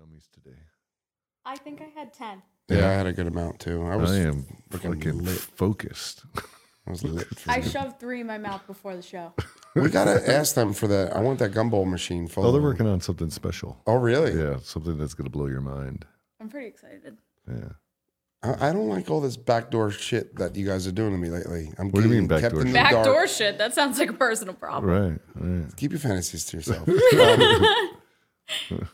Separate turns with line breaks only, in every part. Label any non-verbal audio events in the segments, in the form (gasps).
movies today.
I think I had 10.
Yeah, I had a good amount too. I
I,
was
am
freaking
fucking,
lit.
focused.
I was lit. for
I
that.
shoved three in my mouth before the show.
we gotta ask them for that. I want that gumball machine. Full
oh, they're working on something special.
Oh, really?
Yeah, something that's gonna blow your mind.
I'm pretty excited.
Yeah.
I, I don't like all this backdoor shit that you guys are doing to me lately. I'm
What do you mean
getting kept
backdoor
in the
shit?
dark.
Backdoor shit. That sounds like a personal (laughs) problem.
Right. Right.
Keep your fantasies to
(laughs)
yourself. Um,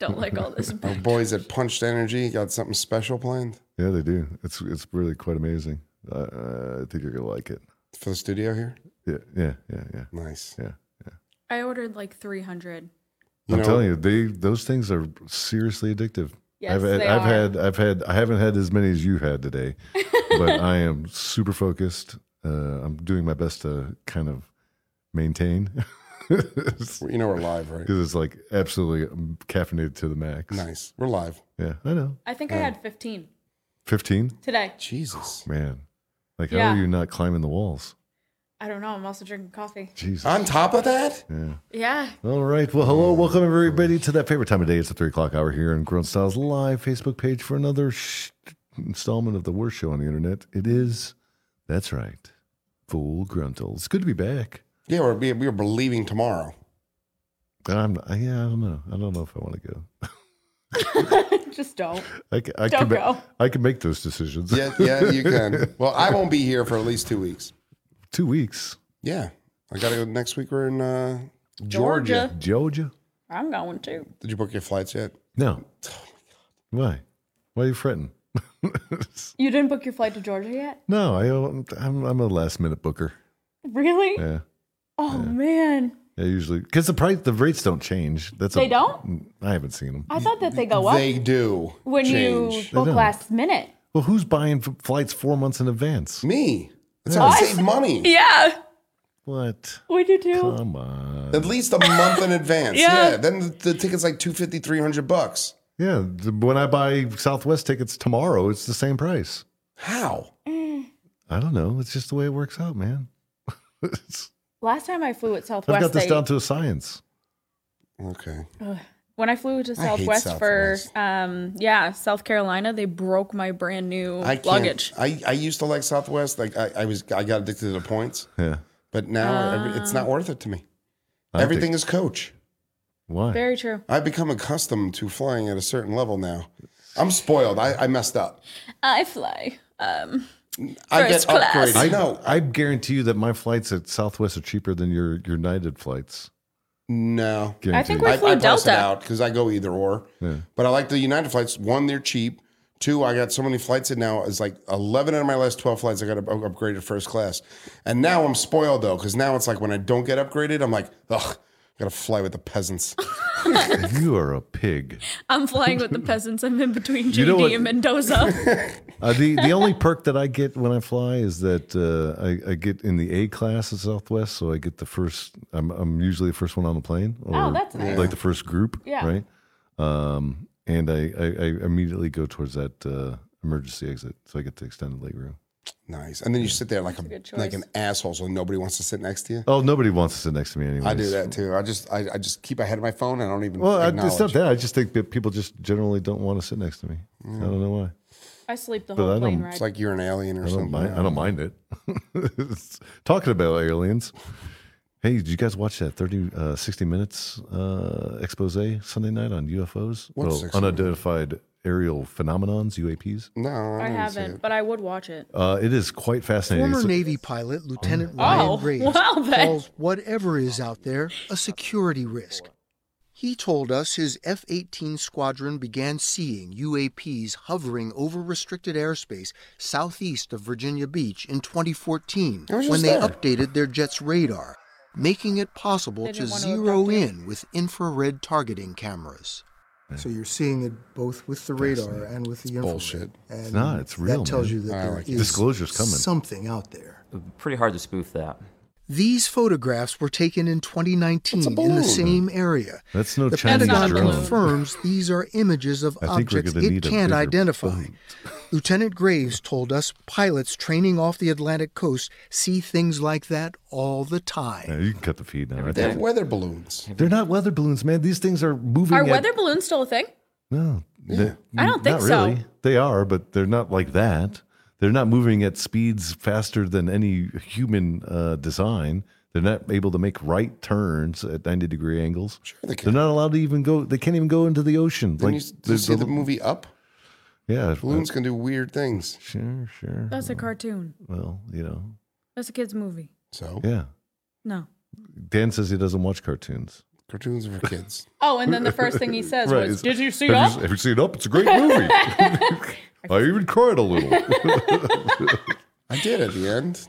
Don't like all this.
Our boys at Punched Energy got something special planned
Yeah, they do. It's it's really quite amazing. I uh, I think you're gonna like it.
for the studio here.
Yeah. Yeah. Yeah. Yeah.
Nice.
Yeah.
I ordered like 300.
You
I'm
know-
telling you, they those things are seriously addictive.
Yes,
I've had,
they
I've
are.
had, I've had, I haven't had as many as you had
(laughs)
today, but I am super focused. Uh, I'm doing my best to kind of maintain (laughs) because
You know we're live, right?
it's like absolutely um, caffeinated to the max.
Nice. We're live.
Yeah, I know.
I think I had 15
Fifteen,
today.
Jesus.
man. Like, how
Yeah.
are you not climbing the walls?
I don't know. I'm also drinking coffee.
Jesus.
On top of that,
yeah.
Yeah.
All right. Well, hello. Welcome, everybody, to that favorite time of day. It's the three o'clock hour here on Grown Styles Live Facebook page for another sh- installment of the worst show on the internet. It is, that's right, Full Gruntle. It's good to be back.
yeah, we're, we we were
(laughs)
leaving tomorrow.
I'm, I- yeah, I don't know. I don't know if I want to go.
(laughs) Just don't.
I, ca- I
Don't
can, ma-
go.
I can make those decisions.
Yeah, yeah, you can. Well, I won't be here for at least two weeks.
(laughs) Two weeks.
Yeah, I gotta go next week. We're in uh, Georgia.
Georgia?
I'm going too.
Did you book your flights yet?
No. Why? Why are you fretting? (laughs)
You didn't book your flight to Georgia yet?
no, I, don't- I'm, I'm a last minute booker.
Really?
Yeah.
Oh, man.
Yeah, usually because the price, the rates don't change. That's
They
a,
don't?
I haven't seen them.
I thought that they go up
They do.
Oh, when
change.
you book
don't.
last minute.
Well, who's buying f- flights four months in advance?
me. That's how I
Us?
save money.
(laughs) Yeah.
What?
We do too.
Come on.
At least a month in advance.
Yeah.
Yeah. Then the, the ticket's like 250, 300 bucks.
Yeah, th- when I buy Southwest tickets tomorrow, it's the same price.
How?
I don't know. It's just the way it works out, man. (laughs) It's-
Last time I flew at Southwest,
I've got this
I-
down to a science.
Okay.
when I flew to
hate
Southwest, for
Southwest.
um yeah South Carolina, they broke my brand new
I can't,
luggage.
I, I used to like Southwest. Like I, I was I got addicted to the points,
Yeah.
but now
Ah.
every, it's not worth it to me.
I
Everything
think-
is coach.
Why?
Very true.
I've become accustomed to flying at a certain level now. I'm spoiled. I, I messed up.
I fly. Um,
I
First
get
class.
upgraded.
I
no,
I guarantee you that my flights at Southwest are cheaper than your your United flights.
no.
I
Guarantee.
think
you.
we
I,
flew
I price it
Delta.
out because I go either or. But I like the United flights. One, they're cheap. Two, I got so many flights in now. It's like 11 out of my last 12 flights, I got up- upgraded first class. And now I'm spoiled though, because now it's like when I don't get upgraded, I'm like, ugh, I gotta fly with
(laughs)
the peasants.
(laughs) you are a pig.
I'm
(laughs)
flying with the peasants. I'm in between JD
You know what- (laughs)
and Mendoza.
Uh, the the
(laughs)
only perk that I get when I fly is that uh, I, I get in the A class at Southwest, so I get the first. I'm I'm usually the first one on the plane, or
Oh, that's nice.
like the first group,
Yeah.
right? Um, and I, I, I immediately go towards that uh, emergency exit, so I get the extended leg room.
nice. And then you sit there like a,
good
like
choice.
an asshole, so nobody wants to sit next to you.
Oh, nobody wants to sit next to me anyway.
I do that too. I just I, I just keep ahead of my phone. I don't even
Well, I,
acknowledge.
it's not that. I just think that people just generally don't want to sit next to me. I don't know why.
I sleep the
But I
whole plane
don't-
ride.
It's like you're an alien or
I don't
something.
mind. I don't mind it. It's- (laughs) Talking about aliens. Hey, did you guys watch that 30, uh, 60 Minutes uh, expose Sunday night on UFOs?
What's
Well,
60
unidentified aerial phenomenons, UAPs.
No,
I
didn't see
haven't,
it.
but I would watch it.
Uh, it is quite fascinating.
Former
It's-
Navy pilot Lieutenant
Oh,
Ryan Graves
wow, then.
calls whatever is out there a security risk. He told us his F 18 squadron began seeing UAPs hovering over restricted airspace southeast of Virginia Beach in 2014
I was
when
just
they
there.
updated their jet's radar, making it possible
They
to
didn't want to
zero
abduct you.
in with infrared targeting cameras.
So you're seeing it both with the radar and with the infrared.
bullshit.
And
It's not. It's real,
That tells
man.
you that
I
there
like it.
is
Disclosure's coming.
something out there.
pretty hard to spoof that.
These photographs were taken in 2019 in
balloon.
the same area.
That's no
the
Chinese
Pentagon
drone.
confirms these are images of
I think we're
objects
gonna
it
need a
can't
bigger
identify.
boat.
Lieutenant Graves told us pilots training off the Atlantic coast see things like that all the time.
Yeah, you can cut the feed now. I
They have
think-
weather balloons.
They're not weather balloons, man. These things are moving.
Are
at-
weather balloons still a thing?
No, they-
I don't think
not
so.
really. They are, but they're not like that. They're not moving at speeds faster than any human uh, design. They're not able to make right turns at ninety degree angles. Sure,
they
are not allowed to even go. They can't even go into the ocean.
Didn't
like
you, did you
there's
see
a
the
li-
movie Up?
yeah,
Balloons can do weird things.
sure, sure.
That's a cartoon.
well, you know,
That's a kid's movie.
So
yeah. (laughs)
No.
Dan says he doesn't watch cartoons. (laughs)
cartoons are for kids.
Oh, and then the first thing he says
Right,
was,
it's-
"Did you see
Have you,
that?"
have you seen Up? It's a great
(laughs)
movie. I even cried a little.
I did at the end.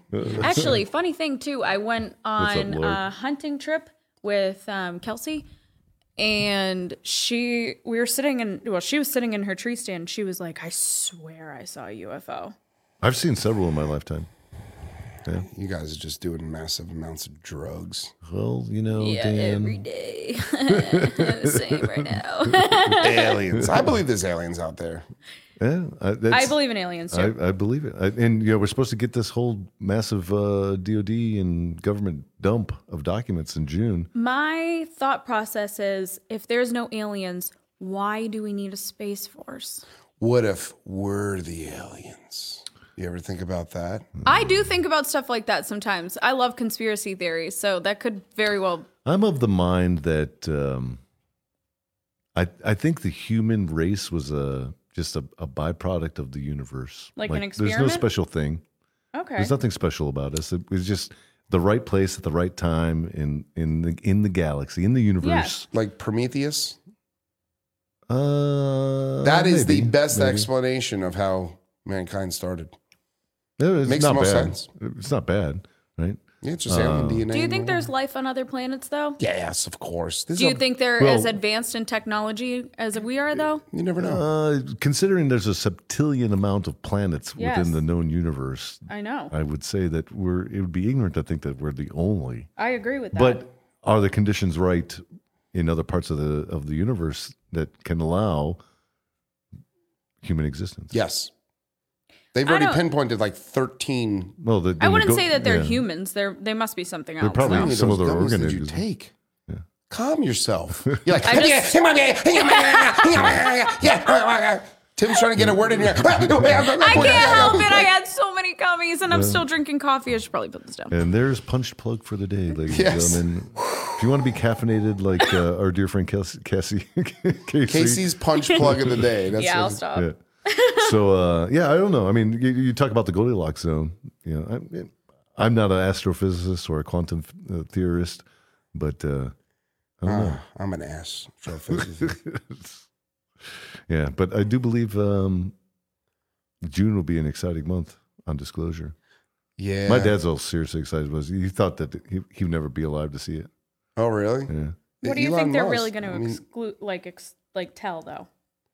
(laughs)
Actually, funny thing too, I went
up,
on
Lord?
a hunting trip with um, Kelsey, and she we were sitting in well, she was sitting in her tree stand. She was like, "I swear I saw a UFO."
I've seen several in my lifetime.
You guys are just doing massive amounts
(laughs)
of drugs.
Well, you know,
yeah,
Dan.
every day. Same right now.
aliens. I believe there's aliens out there.
Yeah, I,
I
that's-
believe in aliens too.
I, I believe it. I, and you know, we're supposed to get this whole massive uh, DoD and government dump of documents in June.
My thought process is if there's no aliens, why do we need a space force?
What if we're the aliens? You ever think about that?
I do think about stuff like that sometimes. I love conspiracy theories, so that could very well.
I'm of the mind that um, I I think the human race was a just a, a byproduct of the universe.
Like an
There's
experiment?
no special thing.
Okay.
There's nothing special about us. It was just the right place at the right time in in the in the galaxy in the universe.
Like Prometheus?
Uh,
That is
maybe,
the best
maybe.
explanation of how mankind started.
No, It's
Makes the
not
most
bad.
sense.
It's not bad, right?
Yeah, it's just
Uh,
alien DNA.
do you
and
think
all
there's
that.
life on other planets, though?
Yes, of course. This
Do
is
you
a-
think they're
well-
as advanced in technology as we are, though?
you never know?
Uh, considering there's a septillion amount of planets
Yes.
within the known universe,
I know.
I would say that we're it would be ignorant to think that we're the only.
I agree with that.
But are the conditions right in other parts of the of the universe that can allow human existence?
yes. They've
I
already
don't-
pinpointed like 13.
Well, the,
I
when you
wouldn't
go-
say that they're
yeah.
humans. They're they must be something else.
They're probably- (laughs)
though.
How many
some
those
of their
gummies did you
organisms.
take? Calm
(laughs)
yourself. You're like,
I just- (laughs)
Tim's trying to get a word in
(laughs)
here.
I can't help it. I had so many gummies, and I'm still drinking coffee. I should probably put this down.
And there's punched plug for the day, ladies
Yes.
and gentlemen. If you want to be caffeinated like uh, our dear friend Cassie, Cassie (laughs) Casey,
Casey's punch plug of the day. That's
yeah, I'll
what-
stop.
(laughs)
Yeah. so uh, yeah, I don't know. I mean, you, you talk about the Goldilocks zone. You know, I'm, I'm not an astrophysicist or a quantum uh, theorist, but uh,
Uh, I'm an ass. So physically.
(laughs) yeah, but I do believe um, June will be an exciting month on disclosure.
yeah.
My dad's all seriously excited was he thought that he, he would never be alive to see it.
Oh, really?
Yeah.
What do you
Elon
think they're
Musk.
really going to
I mean,
exclude, like ex- like tell though?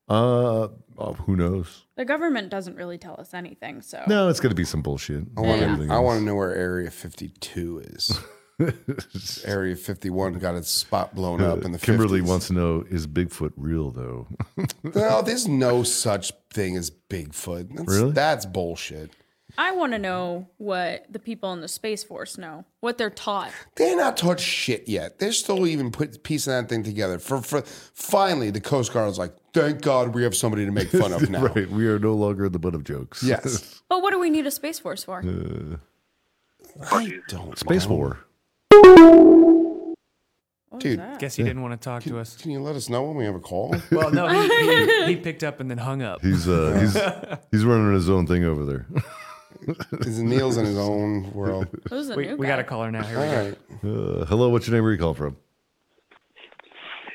Uh, oh, who knows?
The government doesn't really tell us anything, so
No, it's going to be some bullshit.
I want to. I want to know where Area 52
(laughs)
is. Area 51 got its spot blown up in the
Kimberly
50s.
wants to know: Is Bigfoot real though?
No, there's no such thing as Bigfoot. That's,
Really?
That's bullshit.
I want to know what the people in the space force know, what they're taught.
They're not taught shit yet. They're still even put piecing that thing together. For, for finally, the Coast Guard's like, thank God we have somebody to make
(laughs)
fun of now.
right, we are no longer the butt of jokes.
Yes.
But what do we need a space force for?
I don't
Space
know.
War.
dude.
Guess he didn't want to talk to us.
Can you let us know when we have a call?
Well, no, he, he, (laughs) he picked up and then hung up.
He's uh, he's he's running his own thing over there.
Because Neil's in his
(laughs)
own world.
Who's the
We,
new
we
guy?
got a caller now. Here
All
we go.
right.
Uh, hello, what's your name? Where you call from?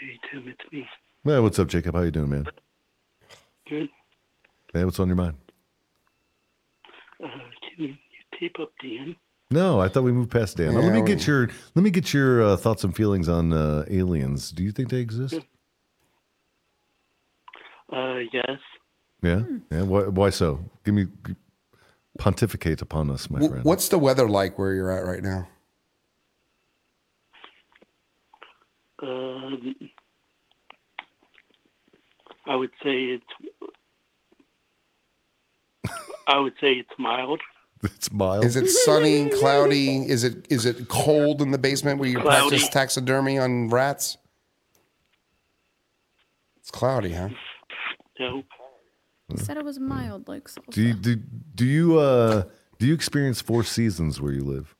Hey Tim, it's me.
Yeah, what's up, Jacob? How you doing, man?
Good.
Hey, what's on your mind?
Uh, can you tape up Dan?
No, I thought we moved past Dan. Now, let
Yeah,
me
we-
get your let me get your uh, thoughts and feelings on uh, aliens. Do you think they exist?
Uh, yes.
Yeah,
Hmm.
yeah. Why, why so? Give me pontificate upon us, my
W-
friend.
What's the weather like where you're at right now?
Um, I would say it's. I would say it's mild.
(laughs) It's mild.
Is it sunny and cloudy? Is it is it cold in the basement where you
Cloudy.
practice taxidermy on rats? It's cloudy, huh?
No,
He said it was mild, like salsa.
Do you do, do you uh do you experience four seasons where you live?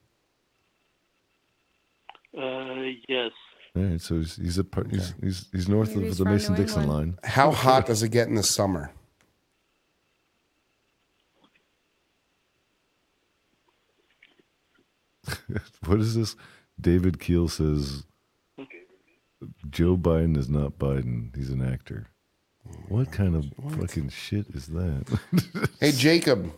uh, yes,
All right, so he's he's a part, he's, he's he's north
Maybe
of
he's
the
from New
Mason Dixon line.
England.
How hot does it get in the summer?
What is this? David Keel says Joe Biden is not Biden. He's an actor. What kind of fucking shit is
(laughs)
that?
Hey Jacob,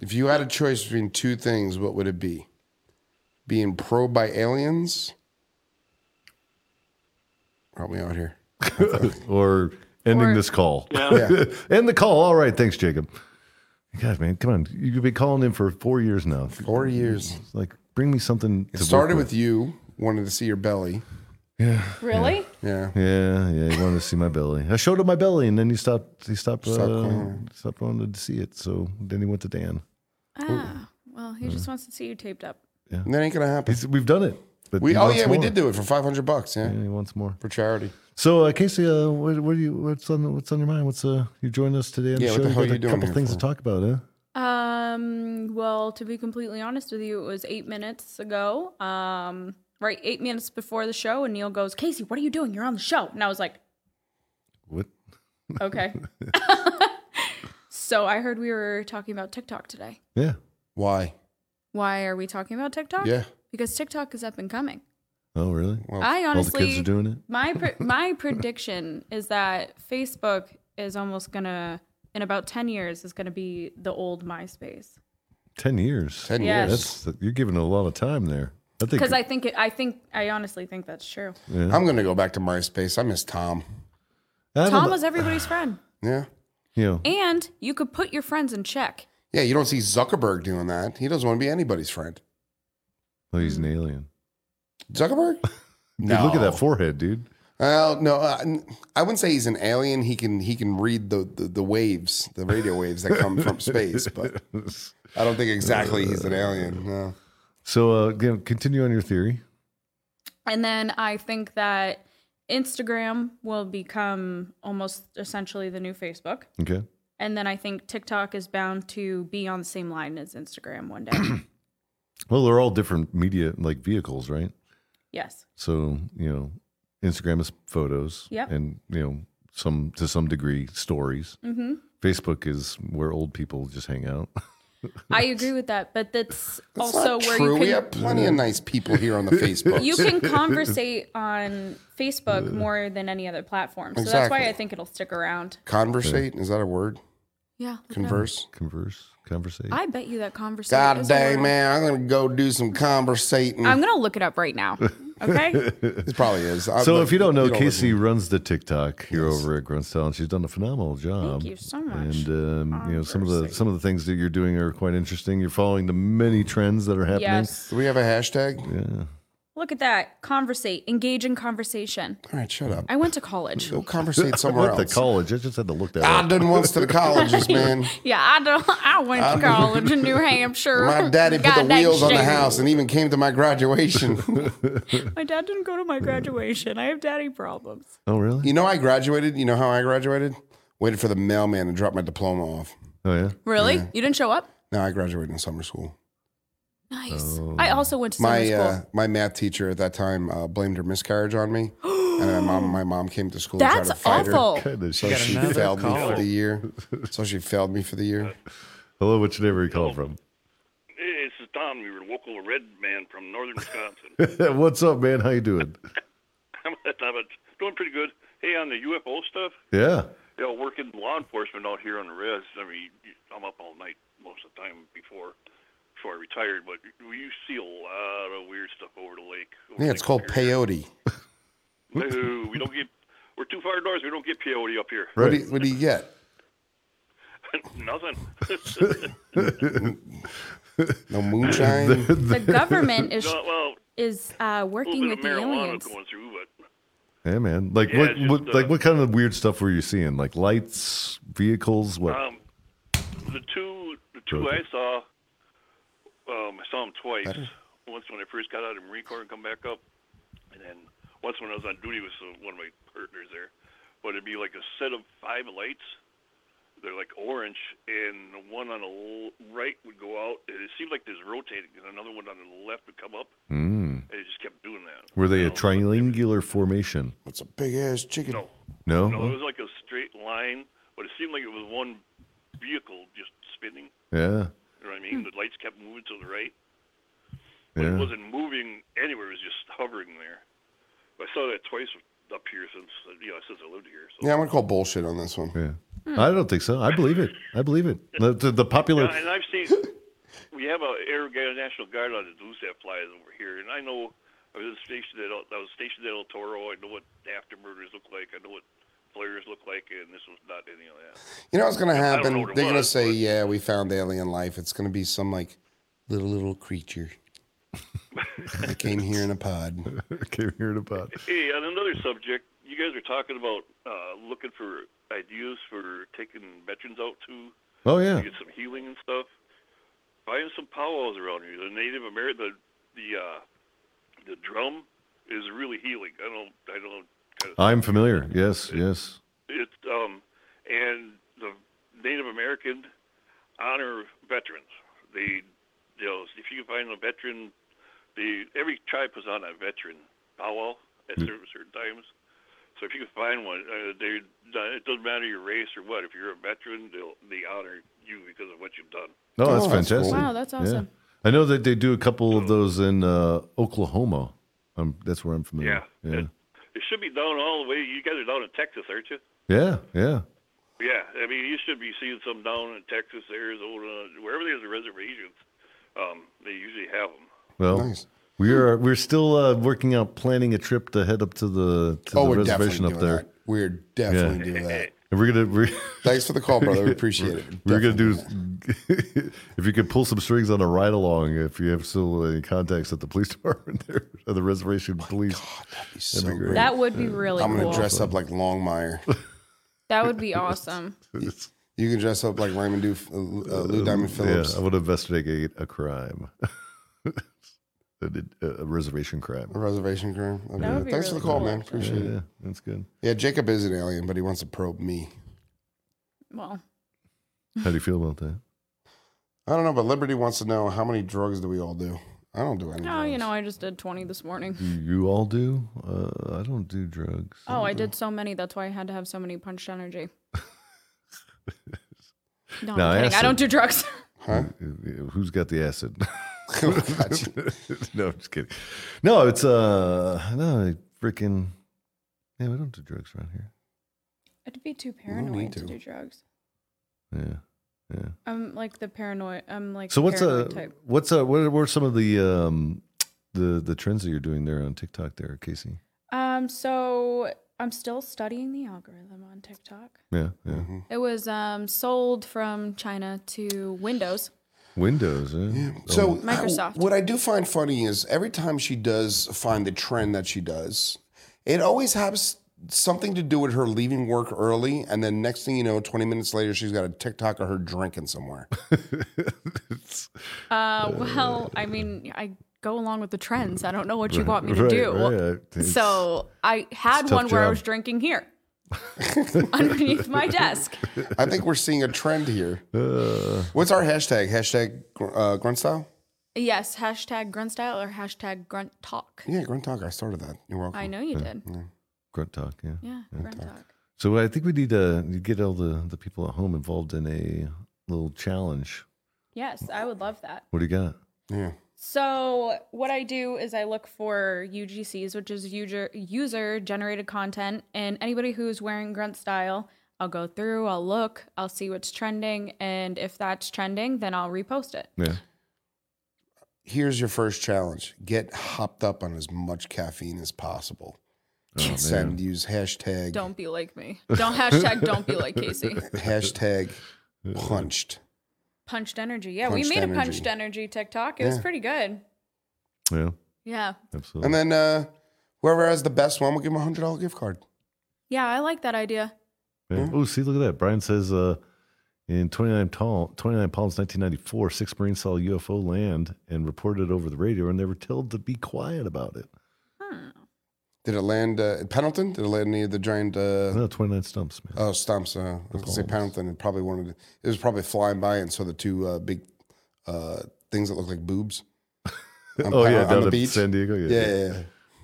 if you had a choice between two things, what would it be? Being probed by aliens? Help me out here.
or ending
Or-
this call.
Yeah.
(laughs) End the call. All right, thanks, Jacob. God, man, come on. You've been calling in for four years now.
Four years.
It's like, bring me something.
It
to
started
work
with you wanted to see your belly.
really?
Yeah.
Yeah, yeah, he wanted to see my belly. I showed him my belly, and then he stopped. He stopped.
Stopped
Uh,
calling.
stopped wanting to see it. So then he went to Dan.
Ah, well, he
Mm.
just wants to see you taped up.
And that ain't gonna happen.
He's, we've done it. But
We
he
oh
wants
yeah, we
more.
did do it for five hundred bucks, yeah,
Yeah, he wants more.
for charity.
So uh, Casey, uh, what, what are you? What's on? What's on your mind? What's uh? You joined us today on
Yeah,
the
what
show.
the
got
hell are you
a
doing
couple
here
things
for?
to talk about, huh?
Um, well, to be completely honest with you, it was eight minutes ago. Um, right, eight minutes before the show, and Neil goes, Casey, what are you doing? You're on the show. And I was like,
What? (laughs)
okay. so I heard we were talking about TikTok today.
Yeah.
Why?
Why are we talking about TikTok?
Yeah.
Because TikTok is up and coming.
Oh, really?
I honestly
All the kids are doing it. (laughs)
my pre- my prediction is that Facebook is almost gonna in about ten years is gonna be the old MySpace
Ten years.
Ten
Yes.
That's
years.
you're giving a lot of time there. I think.
because I think it, I think I honestly think that's true.
yeah.
I'm gonna go back to MySpace. I miss Tom.
I don't
Tom
know-
was everybody's friend,
Yeah.
you know,
and you could put your friends in check.
Yeah, you don't see Zuckerberg doing that. He doesn't want to be anybody's friend.
oh, he's an alien.
Zuckerberg?
(laughs) Dude, look at that forehead, dude.
Well, no, uh, n- I wouldn't say he's an alien. He can he can read the, the, the waves, the radio waves that come
(laughs)
from space. But I don't think exactly he's an alien. No.
So uh, again, continue on your theory.
And then I think that Instagram will become almost essentially the new Facebook.
Okay.
And then I think TikTok is bound to be on the same line as Instagram one
(coughs)
day.
Well, they're all different media like vehicles, right?
yes.
So you know, Instagram is photos,
Yep.
and you know some to some degree stories.
Mm-hmm.
Facebook is where old people just hang out. (laughs)
I agree with that, but that's,
That's
also
not
where
true.
you
we
can
have plenty of nice people here
(laughs)
on the Facebook.
(laughs) you
(laughs)
can conversate on Facebook more than any other platform. So that's
Exactly.
why I think it'll stick around.
Conversate? Is that a word?
Yeah.
Converse?
Converse, conversate.
I bet you that conversation.
God dang, man. I'm going to go do some conversating.
I'm gonna look it up right
(laughs)
now. Okay.
it probably is. I-
so if you don't know,
listen.
Casey runs the TikTok here over at Grunstyle, and she's done a phenomenal job.
Thank you so much.
And um, you know some of the some of the things that you're doing are quite interesting. You're following the many trends that are happening.
yes.
Do we have a hashtag?
Yeah.
Look at that. Conversate. Engage in conversation.
All right,
(laughs)
shut up.
I went to college.
(laughs) Go conversate somewhere
What the
else. Ah.
college? I just had to look that
I
up.
done once to
(laughs)
the colleges, man.
Yeah, I don't. I went to college in
(laughs)
New Hampshire.
My daddy put the
God dang
wheels on the
shame.
house and even came to
(laughs)
my graduation.
My dad didn't go to my graduation. I have daddy problems.
Oh really?
you know, I graduated. You know how I graduated? Waited for the mailman to drop my diploma off.
Oh yeah.
Really? You didn't show up?
No, I graduated in summer school.
Nice. I also went to summer
Oh. My
school.
uh, my math teacher at that time uh, blamed her miscarriage on
(gasps)
me, and my mom my mom came to school. and
That's
tried to fight her.
awful.
(laughs)
Kind of
So
shit.
got
she
another
failed me for
caller.
the year. So she failed me for the year.
Hello, which neighbor you call from? (laughs)
Hey, this is Don. We were local red man from
(laughs)
northern Wisconsin. (laughs)
What's up, man? How you doing?
I'm doing pretty good. Hey, on the UFO stuff,
Yeah. (laughs)
you know, working law enforcement out here on the res. I mean, I'm up all night most of the time before before I retired, but you see a lot of weird stuff over the lake. over
Yeah, it's
the
called
lake
peyote.
up here. No, we don't get. We're too far north. We don't get peyote up here. (laughs)
What
Right.
do you, what do you get? (laughs)
Nothing.
No moonshine.
(laughs)
The government is
(laughs) No, well,
is uh,
A
working
little bit
with the
of marijuana
aliens.
going through, but
Hey man, like
Yeah,
what,
it's just,
what
uh,
like what kind of weird stuff were you seeing? Like lights, vehicles, what?
um, the two the two I
Okay.
saw, um, I saw them twice. Once when I first got out of the Marine Corps and come back up, and then once when I was on duty with some, one of my partners there. But it'd be like a set of five lights. They're like orange, and the one on the l- right would go out. and It seemed like there's rotating, and another one on the left would come up,
Mm.
and it just kept doing that.
Were they
You
a
know?
triangular formation?
That's a big ass chicken.
No,
No.
No, it was like a straight line, but it seemed like it was one vehicle just spinning.
yeah.
You know what I mean? The lights kept moving to the right, but it
Hmm. Yeah.
wasn't moving anywhere. It was just hovering there. But I saw that twice up here since you know since I lived here. So.
Yeah, I'm gonna call bullshit on this one.
Yeah.
Hmm.
I don't think so. I believe it. I believe it. The, the, the popular
Yeah, and I've seen we have a Air Guard, National Guard on the Duluth that flies over here, and I know I was stationed at El- I was stationed at El Toro. I know what aftermurders look like. I know what flares look like, and this was not any of that.
You know what's gonna
don't
happen?
know what it
They're gonna
was,
say,
but-
"Yeah, we found alien life." It's gonna be some like little little creature that came here in a pod.
(laughs) came here about.
Hey, on another subject, you guys are talking about uh, looking for ideas for taking veterans out to
Oh yeah.
get some healing and stuff. Find some powwows around here. The Native American, the the uh, the drum is really healing. I don't, I don't. Kind of,
I'm familiar. Yes, yes.
it's um, and the Native American honor veterans. They, you know, if you can find a veteran, the every tribe puts on a veteran powwow at certain, certain times. So if you can find one, uh, they it doesn't matter your race or what. If you're a veteran, they'll they honor you because of what you've done.
Oh, that's
Oh, that's
fantastic.
cool.
Wow, that's awesome.
I know that they do a couple of those in uh, Oklahoma. Um, that's where I'm familiar.
Yeah. It, it should be down all the way. You guys are down in Texas, aren't you?
Yeah. Yeah.
Yeah. I mean, you should be seeing some down in Texas, Arizona, wherever there's a reservations. Um, they usually have them.
Well,
Nice.
we are we're still uh, working out planning a trip to head up to the to
Oh,
the
we're
reservation
definitely
up
doing
there.
that. We're definitely doing that.
And we're gonna (laughs) we're,
Thanks for the call, brother. We appreciate it.
we're gonna do
Definitely.
if you could pull some strings on a ride along if you have still any contacts at the police (laughs) department there at the reservation police.
That'd be so great.
That would be really
I'm gonna
cool.
dress up like Longmire.
That
(laughs)
would be awesome.
You can dress up like Raymond Duf- uh, Lou Diamond Phillips.
Yeah, I would investigate a crime, (laughs) a, a, a reservation crime.
A reservation crew. I mean,
would be
Thanks for
really
the call,
cool,
man.
Yeah,
actually.
Appreciate it.
yeah, that's good.
Yeah, Jacob is an alien, but he wants to probe me.
Well,
How do you feel about that?
I don't know, but Liberty wants to know how many drugs do we all do? I don't do any.
no, oh, you
drugs.
know, I just did 20 this morning.
Do you all do? Uh, I don't do drugs.
Oh, I
Mm-hmm.
did so many. That's why I had to have so many
(laughs)
punched energy. No,
No, I
I'm kidding. I
asked
don't do drugs. (laughs)
(laughs) Who's got the acid? (laughs)
Gotcha.
no, I'm just kidding. No, it's uh, no, freaking. Yeah, we don't do drugs around here.
I'd be too
don't need
paranoid to.
to.
do drugs.
Yeah, yeah.
I'm like the paranoid. I'm like
So what's uh, a
paranoid type.
what's a what were some of the um the the trends that you're doing there on TikTok there, Casey?
Um, so I'm still studying the algorithm on TikTok.
Yeah, yeah.
Mm-hmm.
It was um sold from China to Windows.
Windows. Yeah. Oh. (laughs)
So
Microsoft.
I- what I do find funny is every time she does find the trend that she does, it always has something to do with her leaving work early, and then next thing you know, twenty minutes later, she's got a TikTok of her drinking somewhere.
Uh,
(laughs)
well, I mean, I go along with the trends. I don't know what you want me to
Right,
do.
right. It's-
So I
it's
had
a
one
tough
where I
job.
was
(laughs)
drinking here underneath my desk.
I think we're seeing a trend here.
uh,
What's our hashtag? Hashtag gr- uh, grunt style.
Yes, hashtag grunt style or hashtag grunt talk.
Yeah, grunt talk. I started that. You're welcome.
I know you did.
grunt talk. Yeah.
Yeah, grunt talk.
So I think we need to get all the the people at home involved in a little challenge.
Yes, I would love that.
What do you got?
Yeah.
So what I do is I look for UGCs, which is user user generated content, and anybody who's wearing grunt style, I'll go through, I'll look, I'll see what's trending, and if that's trending, then I'll repost it.
Yeah.
Here's your first challenge: get hopped up on as much caffeine as possible.
Oh,
Send use hashtag
Don't be like
(laughs)
me. Don't hashtag don't be like Casey.
hashtag punched.
Punched energy. Yeah,
Punched
we made
energy.
a punched energy TikTok. It was
Yeah.
pretty good.
Yeah.
Yeah.
Absolutely.
And then uh, whoever has the best one, we'll give them a hundred dollar gift card.
Yeah, I like that idea.
Yeah. Oh, see, look at that. Brian says uh, in 29, tall, 29 Palms, 1994, six Marines saw a UFO land and reported over the radio, and they were told to be quiet about it.
Did it land uh, in Pendleton? Did it land near the giant? Uh,
No, 29 stumps, man.
Oh, stumps. Uh, I was gonna say
poles.
Pendleton. It probably wanted. To, it was probably flying by and saw the two uh, big uh, things that look like
(laughs)
boobs. on
oh,
Pen-
yeah,
on
down
the
at
beach.
San Diego.
Yeah,
Yeah.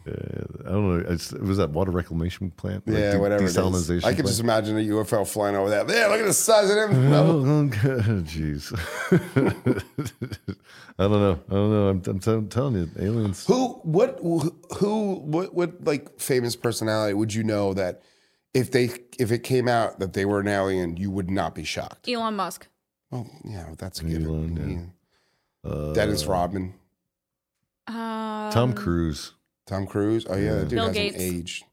yeah, yeah.
I don't know. It's, it was that water reclamation plant? Like
Yeah,
de-
whatever. it is.
Desalinization
I can
plant?
just imagine a UFO flying over that. Yeah, look at the size of
(laughs)
them. (laughs) No.
Oh, God. jeez. (laughs) I don't know. I don't know. I'm, I'm, t- telling you, aliens.
Who? What? Who? What? What? Like famous personality would you know that if they if it came out that they were an alien, you would not be shocked?
Elon Musk.
Well, yeah, that's a
Elon,
given.
yeah.
Yeah.
Uh,
Dennis Rodman,
Um,
Tom Cruise.
Tom Cruise. Oh yeah,
Yeah.
that dude
Bill
hasn't
Gates.
aged.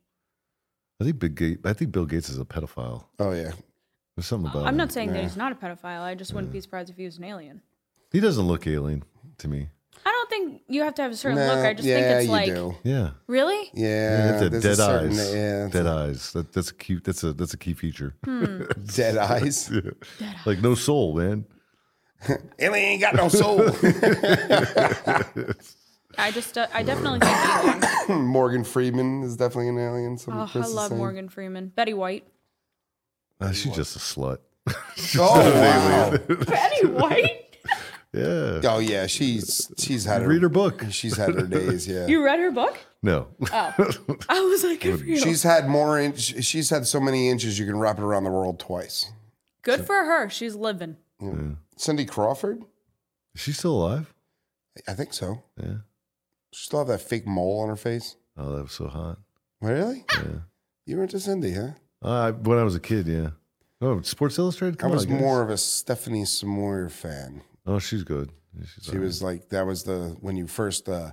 I think Big Gate. I think Bill Gates is a pedophile.
Oh yeah,
There's something about
I'm
him.
not saying
Nah.
that he's not a pedophile. I just wouldn't be surprised if he was an alien.
He doesn't look alien to me.
I don't think you have to have a certain
No,
look. I just
yeah,
think it's
you
like,
do.
Yeah.
really?
Yeah,
yeah,
that's a
there's
dead
certain-
eyes.
yeah,
dead eyes. That, that's a cute. That's a that's a key feature.
Hmm.
(laughs)
dead eyes.
like no soul, man.
Alien ain't got
(laughs)
no soul. (laughs)
I just, uh, I definitely think
(laughs)
Elon.
Morgan Freeman is definitely an alien. something
Oh, I
Chris is
love
saying.
Morgan Freeman. Betty White.
Uh, she's just a slut. (laughs)
Oh wow.
Betty White?
Yeah.
Oh yeah, she's she's had her
Read her book.
She's had her days.
(laughs)
Yeah,
You read her book?
No. (laughs)
I was like, good for you.
she's had more. In, sh- she's had so many inches you can wrap it around the world twice.
good for her. She's living.
Cindy Crawford,
Is she still alive?
I think so.
Yeah.
She still have that fake mole on her face.
Oh, that was so hot.
Really? Yeah. You were into Cindy, huh?
Uh, when I was a kid, yeah. Oh, Sports Illustrated.
I
Come
was
on, guys.
more of a Stephanie Samoyer fan.
Oh, she's good. She's
She was like that was the when you first uh,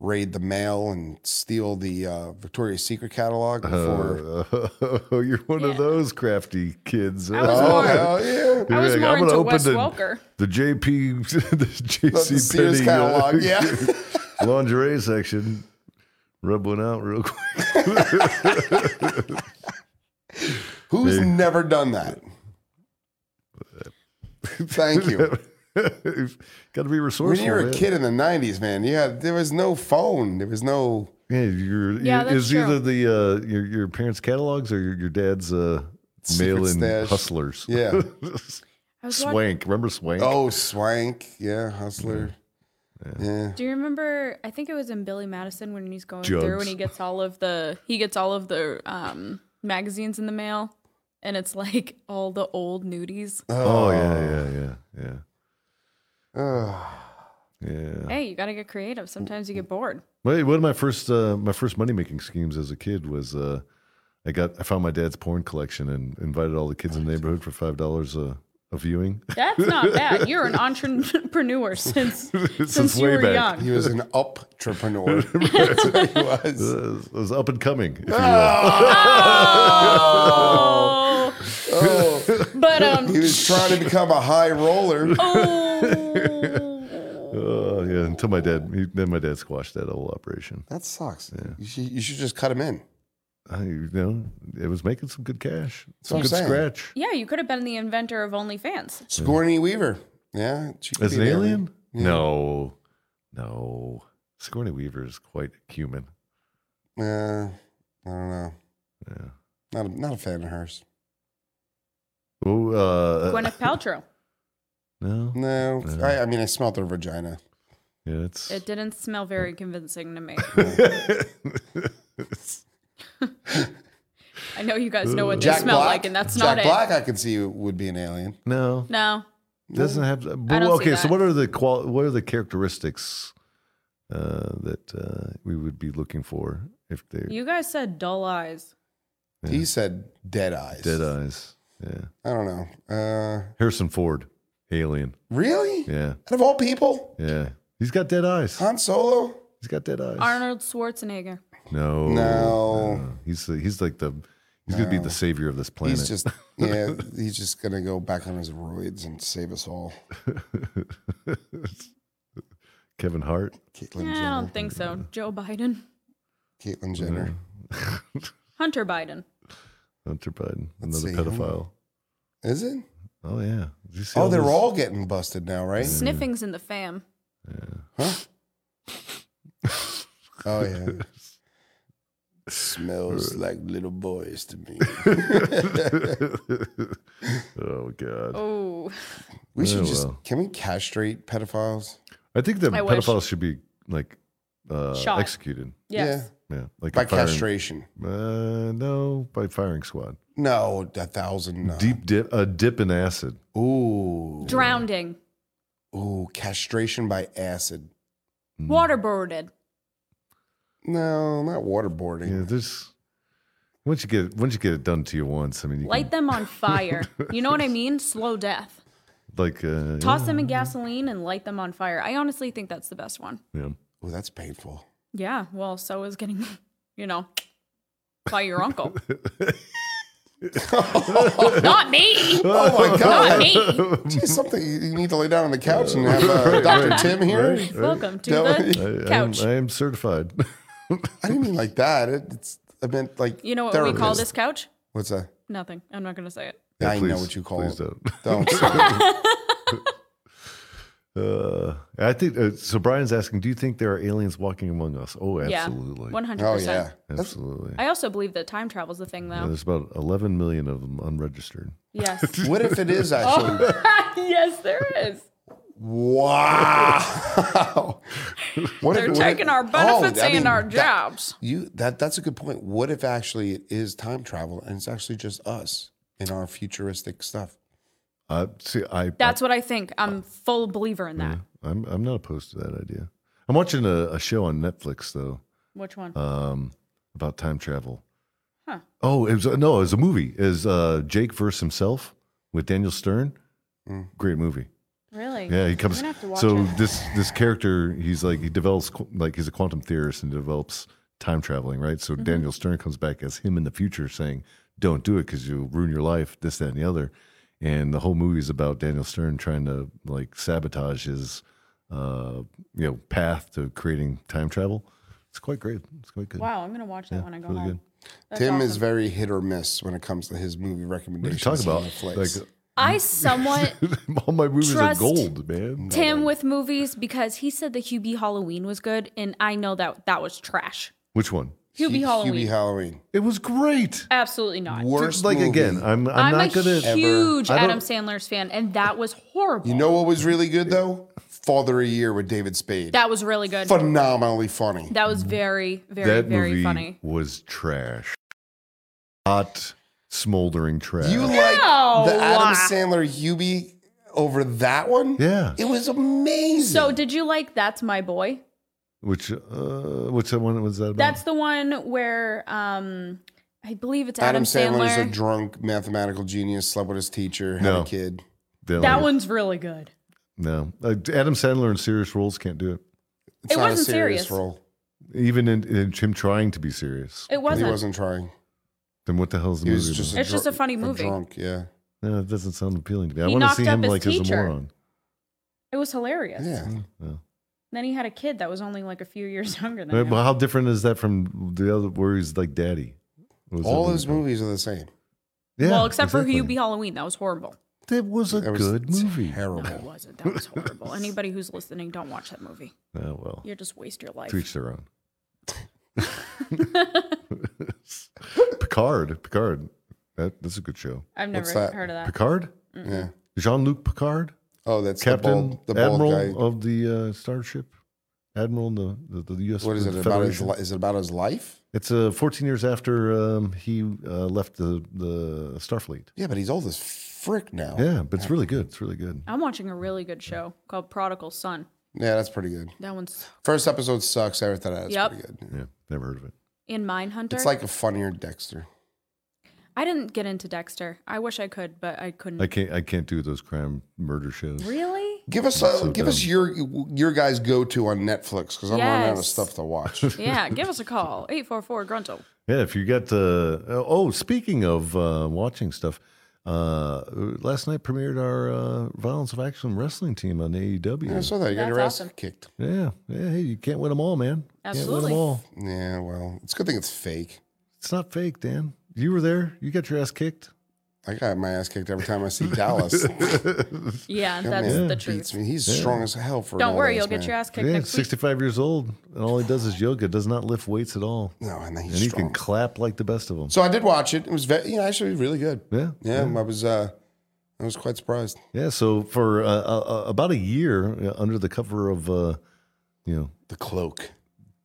raid the mail and steal the uh, Victoria's Secret catalog before.
(laughs) Oh, you're one of those crafty kids.
I was
Oh,
oh
more,
hell yeah!
I was
You're like, I'm
more
gonna
into
open
Wes
the-
Welker.
The JP, (laughs) the JC
The Sears
Penney,
catalog,
uh, (laughs)
yeah.
lingerie section. Rub one out real quick.
Who's never done that? Thank you.
(laughs) Got to be resourceful.
When you were a
man.
kid in the '90s, man, yeah, there was no phone. There was no.
yeah, you're,
Yeah,
you-
that's
it's either the uh, your your parents' catalogs or your, your dad's uh,
Secret
mail-in
stash.
hustlers. (laughs)
Yeah.
I was watching-
swank. Remember swank?
Oh, swank. Yeah, hustler. Yeah.
Do you remember? I think it was in Billy Madison when he's going
Jugs.
through and he gets all of the he gets all of the um, magazines in the mail, and it's like all the old nudies.
Oh yeah, yeah, yeah, yeah,
Ugh.
yeah.
Hey, you gotta get creative. Sometimes you get bored.
Wait, one of my first uh, my first money making schemes as a kid was uh, I got I found my dad's porn collection and invited all the kids in the neighborhood for five dollars a, a viewing. (laughs)
(laughs) That's not bad. You're an entrepreneur since (laughs) since,
Since
you
way
were
back.
young.
he
(laughs)
was an entrepreneur. That's what he was.
Uh, it was up and coming. If you will.
(laughs) Oh,
Oh,
(laughs) but um, (laughs)
he was trying to become a
(laughs)
high roller.
oh,
Oh yeah, until my dad he, then my dad squashed that whole operation.
That sucks. You, should, you should just cut him in.
I, you know, it was making some good cash, some
what I'm
good
saying.
scratch.
yeah, you could have been the inventor of OnlyFans.
Sigourney Weaver. Yeah. she could
As
be
an alien? No, no. Sigourney Weaver is quite human.
Yeah. Uh, I don't know.
Yeah.
Not a, not a fan of hers.
Oh, uh,
Gwyneth Paltrow.
no.
No. I, I mean, I smelled her vagina.
Yeah, it's
It didn't smell very convincing to me.
(laughs)
I know you guys know what they
Jack
smell
Black.
like, and that's
Jack
not
Black, I could see would be an alien.
no.
it. No.
Doesn't have. But,
don't see
okay, so
that.
what are the qual? What are the characteristics uh, that uh, we would be looking for if they're
You guys said dull eyes.
He said dead eyes.
dead eyes? Yeah,
I don't know. Uh,
Harrison Ford, Alien.
really?
Yeah,
Out of all people,
yeah. He's got dead eyes.
Han Solo?
He's got dead eyes.
Arnold Schwarzenegger.
No,
No.
He's the, he's like the he's gonna be the savior of this planet.
He's just yeah. He's just gonna go back on his roids and save us all.
(laughs) Kevin Hart.
Caitlyn
Eh,
Jenner.
I don't think so. Joe Biden,
Caitlyn Jenner.
Hunter Biden.
(laughs) Hunter Biden,
Let's
another
see, hold
pedophile.
Is it?
Oh yeah. Did you see
Oh, they're
this?
all getting busted now, right?
Sniffing's in the fam.
Oh
(laughs)
yeah. Smells like little boys to me.
(laughs) Oh god.
Oh,
We should
Oh,
just
well.
can we castrate pedophiles?
I think that
I wish.
pedophiles should be like uh,
Shot.
executed.
yes.
Yeah, like
By
a firing-
castration.
Uh, no, by firing squad.
No, a thousand. No.
Deep dip, a dip in acid.
Ooh.
Drowning,
Ooh, castration by acid.
waterboarded.
No, not
Yeah,
waterboarding.
there's once you get once you get it done to you once. I mean, you
Light
can,
them on fire. You know what I mean? Slow death.
like uh,
Toss them in gasoline and light them on fire. I honestly think that's the best one.
Yeah,
Ooh, that's painful.
Yeah. Well, so is getting, (laughs) you know, by your uncle. Not me.
Oh
(laughs)
my
Not
god.
me.
Geez, something you you need to lay down on the couch and have (laughs) uh, Dr. Tim here.
Welcome to
That
I,
the
I am,
couch.
I am certified.
I didn't mean like that. It, it's I meant like
You know what we call
therapist.
this couch?
What's that?
Nothing. I'm not going to say it.
I
(laughs)
know
Please-
what you call
please
it.
Don't.
Don't. say
(laughs)
it.
(laughs) Uh, I think uh, so. Brian's asking, do you think there are aliens walking among us? Oh, absolutely,
Yeah. 100%.
Oh yeah.
absolutely.
I also believe that time travel's the thing,
Yeah,
though.
there's about 11 million of them unregistered.
Yes.
What if it
(laughs) Oh.
is actually?
yes, there is.
Wow. (laughs) What
They're
if- what if-
taking our benefits
Oh, I mean,
and our
that-
jobs.
You that that's a good point. What if actually it is time travel and it's actually just us in our futuristic stuff?
Uh, see, I,
That's what I think. I'm full believer in that.
I am I'm not opposed to that idea. I'm watching a, a show on Netflix though
Which one?
um, about time travel.
Huh.
Oh, it was no, it was a movie. Is uh, Jake versus himself with Daniel Stern? Great movie.
really?
Yeah, he comes.
gonna have to watch
So
it.
this this character, he's like he develops qu- like he's a quantum theorist and develops time traveling, right? So
Mm-hmm.
Daniel Stern comes back as him in the future, saying, "Don't do it because you'll ruin your life." This, that, and the other. And the whole movie is about Daniel Stern trying to like sabotage his, uh, you know, path to creating time travel. It's quite great. It's quite good.
Wow, I'm going to watch that when I go
really
home.
good.
Tim is very hit or miss when it comes to his movie recommendations.
Talk about
on
like
Netflix.
(laughs)
I somewhat
all my movies
Trust-
are gold, man.
Tim with movies because he said the Hubie Halloween was good, and I know that that was trash.
Which one?
Hubie
Hu-
Halloween,
Hubie Halloween.
It was great.
absolutely not.
Worst
like
movie.
again, I'm I'm,
I'm,
not
a
gonna
huge
I don't-
Adam Sandler's fan, and that was horrible.
You know what was really good though? Father a Year with David Spade.
that was really good.
Phenomenally funny.
That was very, very,
that
very
movie
funny.
was trash. Hot, smoldering trash.
You like
No.
the Adam Sandler Hubie over that one?
yeah.
It was amazing.
So, did you like That's My Boy?
Which uh which one was that about?
That's the one where um, I believe it's
Adam
Adam,
Sandler is a
Sandler.
drunk mathematical genius, slept with his teacher, had
No.
a kid.
They
that
like-
one's really good.
No. Uh, Adam Sandler in serious roles can't do it.
It's
It
not
wasn't
a serious,
serious.
role.
Even in, in him trying to be serious.
It
He
wasn't.
wasn't trying.
Then what the hell's the
He
movie
was just.
about?
A
It's just
drunk-
a funny movie.
drunk, yeah,
No, it doesn't sound appealing to me. I
He
want to
knocked
see
up
him
his
like as a
teacher.
moron.
It was hilarious.
yeah.
Then he had a kid that was only like a few years (laughs) younger than
Uh,
him.
But how different is that from the other where he's like daddy? What was that
All
movie
his
called?
movies are the same.
Yeah,
well, except for
exactly.
Hubie Halloween, that was horrible.
That was a
That was
good movie.
No, it
Terrible.
wasn't. That was horrible. Anybody who's listening, don't watch that movie.
Oh well.
You just waste your life.
To each their own. (laughs) Picard, Picard. That, that's a good show.
I've never
What's that?
heard of that.
Picard,
Yeah.
Jean Luc Picard,
Oh, that's
Captain
the bald, the bald
Admiral
guy.
of the uh, starship, Admiral in the the, the U.S.
What is it about? His,
Federation.
li- is it about his life?
It's uh, 14 years after um, he uh, left the the Starfleet.
Yeah, but he's old as frick now.
Yeah, but it's really good. It's really good.
I'm watching a really good show called Prodigal Son.
Yeah, that's pretty good.
That one's
First episode sucks. After that, it's
Yep.
pretty good.
Yeah, never heard of it.
in Mindhunter.
It's like a funnier Dexter.
I didn't get into Dexter. I wish I could, but I couldn't.
I can't. I can't do those crime murder shows.
(laughs)
really?
Give us
That's
uh,
so
give us
dumb.
your your guys go to on Netflix because I'm running out of
Yes.
stuff
(laughs)
to watch.
Yeah, give us a call. 844 Gruntle.
oh, Yeah, if you got the oh, speaking of uh, watching stuff, Uh, last night premiered our uh, Violence of Action wrestling team on AEW.
Yeah, I saw that. You got
That's
your ass
awesome.
kicked.
Yeah, yeah. Hey, you can't win them all, man. Can't win
Absolutely.
them all.
Yeah, well, it's a good thing it's fake.
It's not fake, Dan. You were there. You got your ass kicked.
I got my ass kicked every time I see
(laughs)
Dallas.
Yeah,
That
that's
man
the
beats
truth.
me. He's strong as hell for. an
Don't
old
worry,
ass
you'll
man.
get your ass kicked
yeah,
next week.
65 years old, and all he does is yoga. Does not lift weights at all,
No, and he's
and he
strong.
can clap like the best of them.
so I did watch it. It was ve- you know actually really good.
Yeah,
Yeah, I was uh, I was quite surprised.
yeah. So for uh, uh, uh, about a year uh, under the cover of, uh, you know,
The cloak.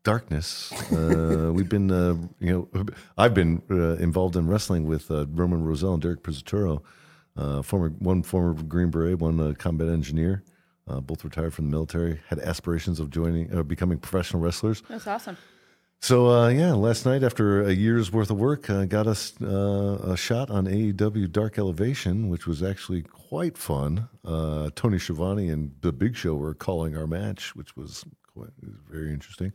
darkness. Uh, we've been, uh, you know, I've been uh, involved in wrestling with uh, Roman Rosell and Derek Pizzaturo, uh, former one former Green Beret, one uh, combat engineer, uh, both retired from the military. Had aspirations of joining, uh, becoming professional wrestlers.
That's awesome.
So uh, yeah, last night after a year's worth of work, uh, got us uh, a shot on AEW Dark Elevation, which was actually quite fun. Uh, Tony Schiavone and The Big Show were calling our match, which was quite, it was very interesting.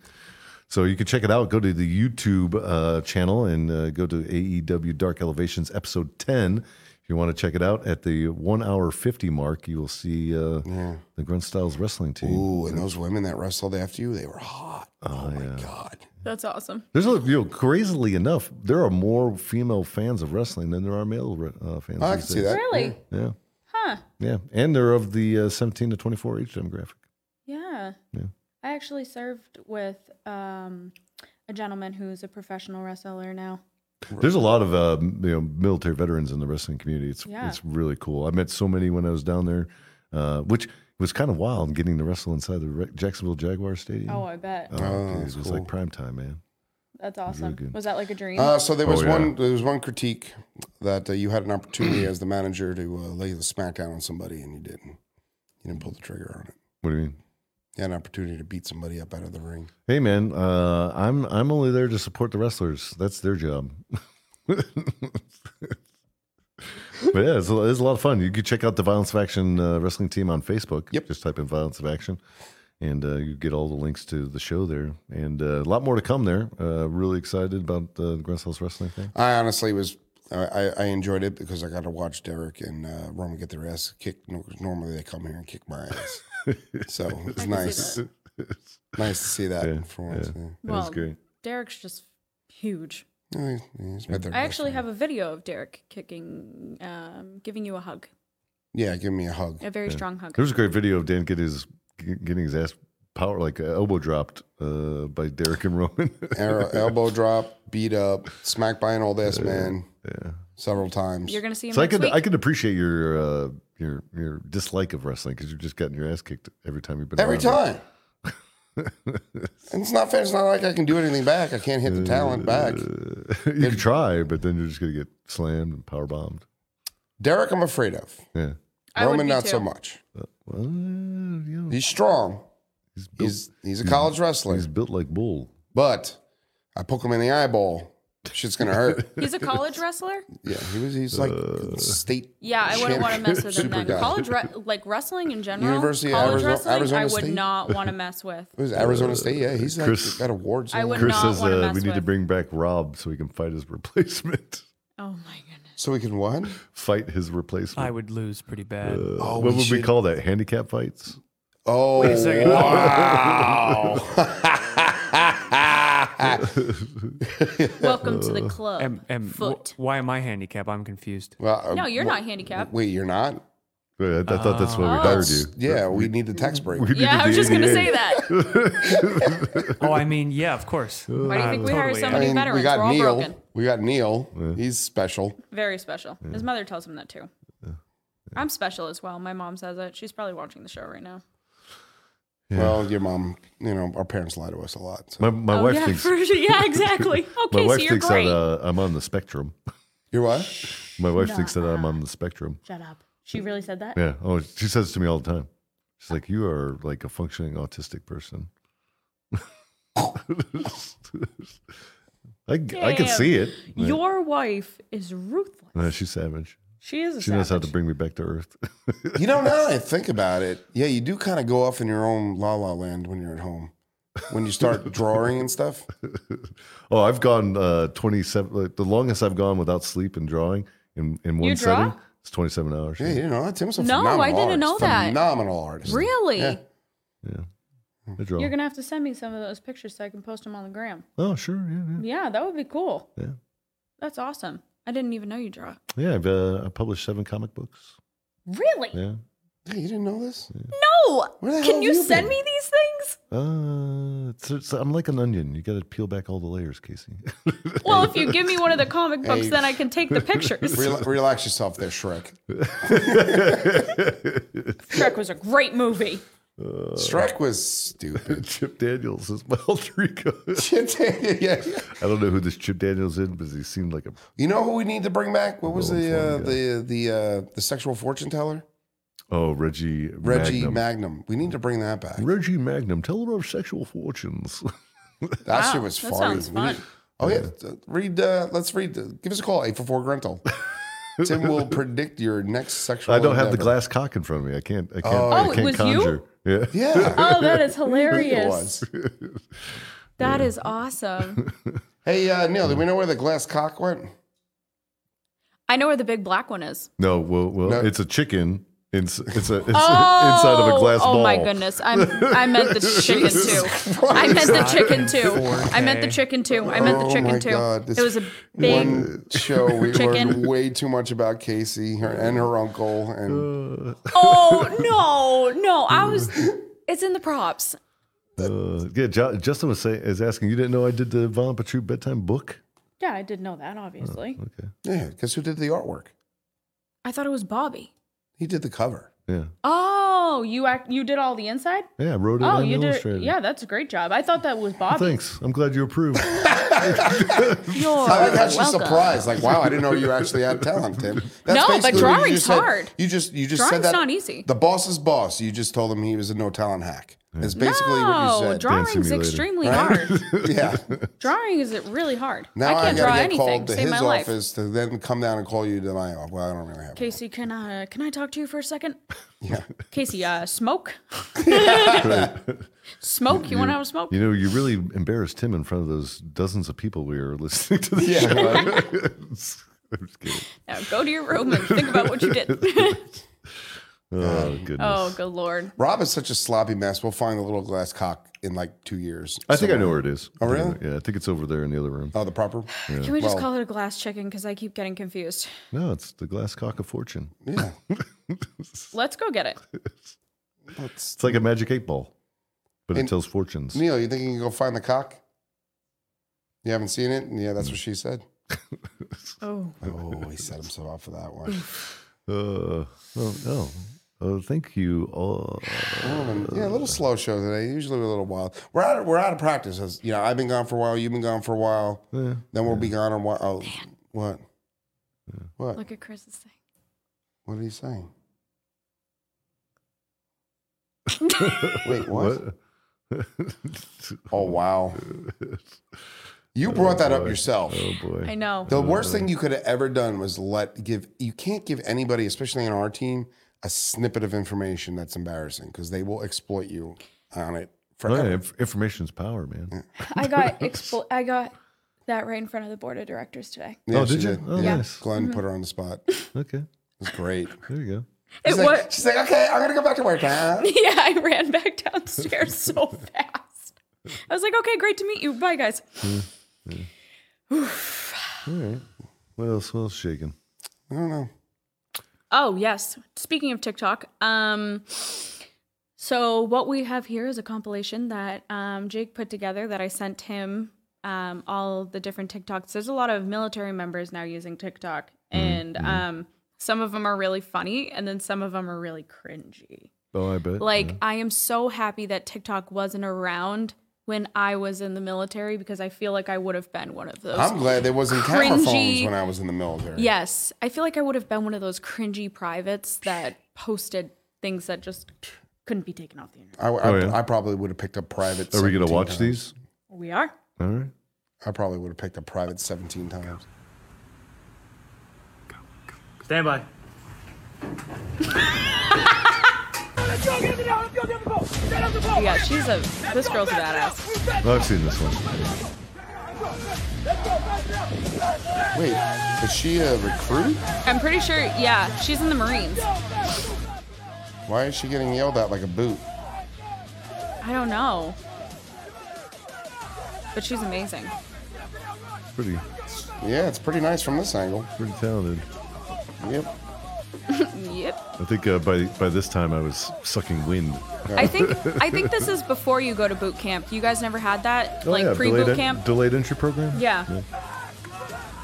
So you can check it out. Go to the YouTube uh, channel and uh, go to AEW Dark Elevations episode ten. If you want to check it out at the one hour fifty mark, you will see uh, the Grunt Styles wrestling team.
Ooh, and those women that wrestled after you, they were hot. Oh, my god.
That's awesome.
There's a, you know, crazily enough, there are more female fans of wrestling than there are male re- uh, fans. these
I can see
days.
that.
Really?
Yeah,
Huh.
yeah, and they're of the uh, 17 to 24 age demographic.
Yeah.
Yeah.
I actually served with um, a gentleman who's a professional wrestler now.
There's a lot of uh, m- you know military veterans in the wrestling community. It's
Yeah.
it's really cool. I met so many when I was down there, uh, which was kind of wild getting to wrestle inside the Re- Jacksonville Jaguar Stadium.
Oh, I bet.
Oh,
dude,
that's
it was
cool.
like prime time, man.
That's awesome.
good.
Was that like a dream?
Uh, so there was
Oh, yeah.
one. There was one critique that uh, you had an opportunity as the manager to uh, lay the smackdown on somebody, and you didn't. You didn't pull the trigger on it.
What do you mean?
You had an opportunity to beat somebody up out of the ring.
Hey, man, uh, I'm I'm only there to support the wrestlers. That's their job. (laughs) but yeah, it's a, it's a lot of fun. You can check out the Violence of Action uh, wrestling team on Facebook.
Yep.
Just type in Violence of Action, and uh, you get all the links to the show there, and uh, a lot more to come there. Uh, really excited about uh, the Grand House wrestling thing.
I honestly was. I, I- I enjoyed it because I got to watch Derek and uh, Roman get their ass kicked. No- Normally they come here and kick my (laughs) ass, so it's nice. Nice to see that
Yeah,
for once. Yeah.
That was
Well,
great.
Derek's just huge.
Yeah, yeah, it's about their
I
best
actually
friend.
have a video of Derek kicking, um, giving you a hug,
Yeah, give me a (laughs) hug.
a very strong hug.
There was a great video of Dan get his getting his ass power like uh, elbow dropped uh, by Derek and Roman.
Arrow, elbow drop, beat up, smacked by an old ass man several times.
You're gonna see him
So I
next
could
week.
I could appreciate your uh, your your dislike of wrestling because you've just gotten your ass kicked every time you've been
Every
around.
(laughs) time. and it's not fair. It's not like I can do anything back. I can't hit the talent back.
Uh, (laughs) you could try, but then you're just gonna get slammed and power bombed.
Derek, I'm afraid of.
Yeah,
I would
Roman,
be
not so
too.
much.
well, you know,
He's strong.
he's built, he's,
He's he's a college wrestler,
built like bull.
but I poke him in the eyeball. Shit's gonna hurt. (laughs)
He's a
(laughs)
college wrestler.
yeah, he was. He's like state.
Yeah, I wouldn't want to mess with him
Super
then.
guy.
College, re- like wrestling in general,
University of
college
Arizo-
wrestling,
Arizona
I would
State?
not
(laughs)
want to mess with.
It was Arizona State. Yeah, he's like
Chris-
got awards.
I
and all
would
that.
Chris
not
says
wanna
uh,
mess
we need to
with-
bring back Rob so he can fight his (laughs) replacement.
Oh my goodness.
So we can what?
fight his replacement. Uh,
I would lose pretty bad.
Oh,
what
we
would we
should-
call that? Handicap fights? (laughs)
Oh
a second.
wow!
Welcome to the club.
Am- am- wh-
Foot.
why am I handicapped? I'm confused.
(laughs) well, uh,
no, you're
wh-
not handicapped.
Wait, you're not?
Uh, I, I thought that's why we hired you.
Yeah, we need the tax
(laughs)
break.
We
yeah,
needed
I was
the
just gonna
ADA.
say that.
(laughs)
Oh, I mean, yeah,
(laughs)
of course.
Why do you think we hire
totally.
so
I
many veterans?
we got
We're all
Neil.
broken.
We got Neil. He's special.
Very special. His mother tells him that too. I'm special as well. My mom says it. She's probably watching the show right now.
Well, your mom, you know, our parents lie to us a lot. So.
My, my
oh,
wife
yeah,
thinks (laughs)
for- yeah, exactly.
my
Okay, so
wife
you're
thinks
great.
that uh, I'm on the spectrum.
You're what?
My wife thinks that I'm on the spectrum.
Shut up. She really said that?
Yeah. Oh, she says to me all the time. She's like, "You are like a functioning autistic person." (laughs) I, I can
Damn.
see it.
Your wife is ruthless.
No, she's savage.
She is a
She knows how to
savage.
bring me back to earth. (laughs)
You don't know. I think about it. Yeah, you do kind of go off in your own la la land when you're at home. When you start drawing and stuff.
oh, I've gone uh, 27. Like, the longest I've gone without sleep and drawing in in one
You draw?
setting. It's 27 hours.
Yeah, you didn't know that. Tim's a
No, I
phenomenal
didn't
artist.
know that.
Phenomenal artist.
Really?
Yeah.
I draw.
You're gonna have to send me some of those pictures so I can post them on the gram.
oh, sure. Yeah,
Yeah, that would be cool.
Yeah.
That's awesome. I didn't even know you draw.
yeah. yeah I've uh, I published seven comic books.
Really?
Yeah.
Hey, you didn't know this?
No.
Where the hell
Can
have
you
you
send
been?
me these
(laughs)
things?
Uh, it's, it's, I'm like an onion. You got to peel back all the layers,
(laughs)
Casey. (laughs)
Well, if you give me one of the comic books,
Hey.
then I can take the
(laughs)
pictures.
Rel- relax yourself there, Shrek.
Shrek was a great movie.
Uh,
Shrek was
(laughs)
stupid. (laughs)
Chip Daniels is my (laughs) alter ego.
yeah.
I don't know who this Chip Daniels is, but he seemed like a
You know who we need to bring back? What was
Little
the uh,
informed
the the uh, the sexual fortune teller?
oh Reggie
Reggie
Magnum.
Magnum. We need to bring that back.
Reggie Magnum, tell her our sexual fortunes. (laughs)
That shit was
that
funny.
sounds
We (laughs) need-
fun.
oh yeah, Uh, read. Uh, let's read. uh, give us a call eight four four
(laughs)
Gruntle. Tim will predict your next sexual.
I don't have the
endeavor.
glass cock in front of me. I can't. I can't.
Oh,
I
Oh, it
can't
was
conjure. Yeah.
Yeah.
(laughs)
Oh, that is
I think it
hilarious.
was.
That is
(laughs)
awesome.
Hey uh, Neil, do we know where the glass cock went?
I know where the big black one is.
No. Well, well,
No.
it's a chicken. It's, it's a it's
Oh,
inside of a glass
oh
ball.
my goodness. I'm, I meant the
(laughs)
chicken too. I meant the chicken too. I meant the chicken too. I meant the
Oh
chicken
my
too.
God, this
It was a big.
One show
(laughs)
we
Chicken.
learned way too much about Casey her, and her uncle,
Uh.
and
(laughs)
Oh, no, no. I was. It's in the props.
Uh, yeah. Jo- Justin was saying is asking. You didn't know I did the Von Patrou bedtime book.
Yeah, I did know that, obviously.
Oh, Okay.
yeah, because who did the artwork?
I thought it was Bobby.
He did the cover.
Yeah.
Oh, you act, you did all the inside?
Yeah. I wrote it.
Oh,
and
you did.
illustrated.
it.
it.
Yeah, that's a great job. I thought that was Bobby.
Thanks. I'm glad you
(laughs)
approve.
You're
I like how she's
welcome.
surprised. Like, wow, I didn't know you actually had talent, Tim.
No, but
basically what you
drawing's
just said.
hard.
You just you just said
Drawing's
that
not easy.
The boss's boss. You just told him he was a no talent hack. That's basically what you
No,
said.
drawing's
Simulator.
extremely
Right? (laughs)
hard.
yeah.
Drawing is really hard. I
Now I,
can't
gotta
draw
get
anything.
called to
Save
his
my life.
office to then come down and call you to my office. Well, I don't really have.
Casey, can I can I talk to you for a second?
(laughs) Yeah.
Casey, uh,
(laughs)
smoke. smoke. You, want to have a smoke?
You know, you really embarrassed Tim in front of those dozens of people we were (laughs) listening to. The
Yeah, (laughs)
show.
(laughs)
Oh,
right.
I'm just kidding.
Now go to your room and think about what
(laughs)
you did.
Oh goodness.
oh, good lord.
Rob is such a sloppy mess. We'll find the little glass cock in like two years.
I think I know where it is.
Oh,
I think I
really?
know- Yeah, I think it's over there in the other room.
Oh, the proper.
Can we just
Well-
call it a glass chicken? Because I keep getting confused.
No, it's the glass cock of fortune.
Yeah.
Let's go get it.
Let's-
It's like a magic eight ball, but it
And-
tells fortunes.
Neil, you think you can go find the cock? You haven't seen it? Yeah, that's what she said.
(laughs) Oh,
Oh, he set himself up for that one.
Uh, oh, no. Oh, thank you. Oh,
Gentlemen, yeah, a little slow show today. Usually we're a little wild. We're out. Of, we're out of practice. As, you know, I've been gone for a while. You've been gone for a while.
yeah.
Then we'll be gone on what? Oh, what? What?
look at Chris's thing.
What are you saying? Wait, what?
What?
(laughs) Oh wow! You brought that up yourself.
(laughs) Oh boy.
I know.
The worst thing you could have ever done was let give. You can't give anybody, especially on our team, a snippet of information that's embarrassing because they will exploit you on it
Oh, yeah,
forever.
inf- information's power, man.
I got expl- I got that right in front of the board of directors today.
Oh, did
she
you? Oh,
yeah.
nice.
Glenn
Mm-hmm.
put her on the spot.
Okay,
It's
(laughs)
great.
there you go.
It
She's like,
was.
she's like, okay, I'm gonna go back to work. now."
(laughs) yeah, I ran back downstairs so fast. I was like, okay, great to meet you. Bye, guys.
All right. What else? What else shaking?
I don't know.
Oh, yes. Speaking of TikTok, um, so what we have here is a compilation that um, Jake put together that I sent him um, all the different TikToks. There's a lot of military members now using TikTok, and
Mm-hmm.
um, some of them are really funny, and then some of them are really cringy.
Oh, I bet.
Like,
yeah.
I am so happy that TikTok wasn't around when I was in the military because I feel like I would have been one of those.
I'm glad there wasn't camera phones
cringy-
when I was in the military.
Yes, I feel like I would have been one of those cringy privates that posted things that just couldn't be taken off the internet.
I, I,
Oh, yeah.
I probably would have picked a private.
Are we gonna
17
watch
times.
these?
We are.
All right.
I probably would have picked a private 17 times.
Stand by.
Yeah, she's a. This girl's a badass.
Oh, I've seen this one.
Wait, is she a recruit?
I'm pretty sure, yeah, she's in the Marines.
Why is she getting yelled at like a boot?
I don't know. But she's amazing.
Pretty,
Yeah, it's pretty nice from this angle.
pretty talented.
Yep.
Yep.
I think uh, by by this time I was sucking wind.
I think I think this is before you go to boot camp. You guys never had that?
Oh,
like
yeah,
pre
delayed
boot
en-
camp?
delayed entry program.
Yeah.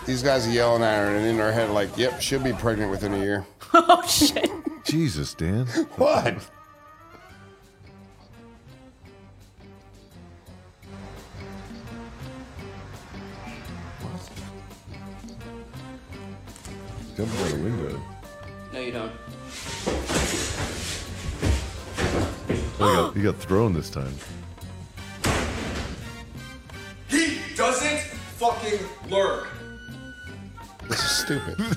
These guys are yelling at her, and in her head, like, "Yep, she'll be pregnant within a year."
(laughs) oh shit.
Jesus, Dan.
What?
Jump out the window.
No, you don't.
Oh, you, got, you got thrown this time.
He doesn't fucking learn.
This is stupid.
Don't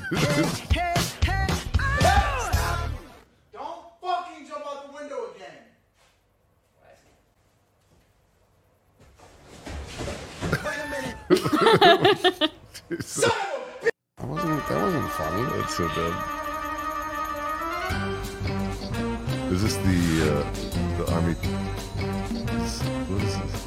fucking jump out the window again.
That wasn't. That wasn't funny.
That's so bad. Is this the uh, the army? is- What is this?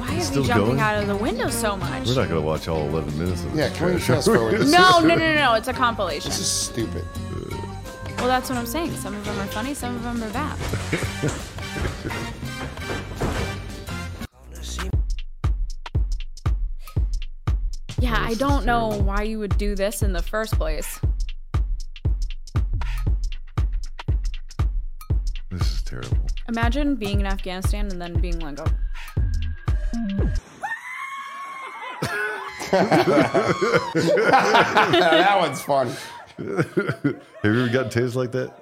Why is
Still
he jumping
going?
out of the window so much?
We're not gonna watch all 11 minutes of
Yeah,
this.
can we
trash.
fast forward this?
(laughs)
no, no, no, no, no. It's a compilation.
This is stupid.
Well, that's what I'm saying. Some of them are funny, some of them are bad. (laughs) Yeah, I don't know why you would do this in the first place.
This is terrible.
Imagine being in Afghanistan and then being let go.
that one's funny.
Have you ever gotten tased like that?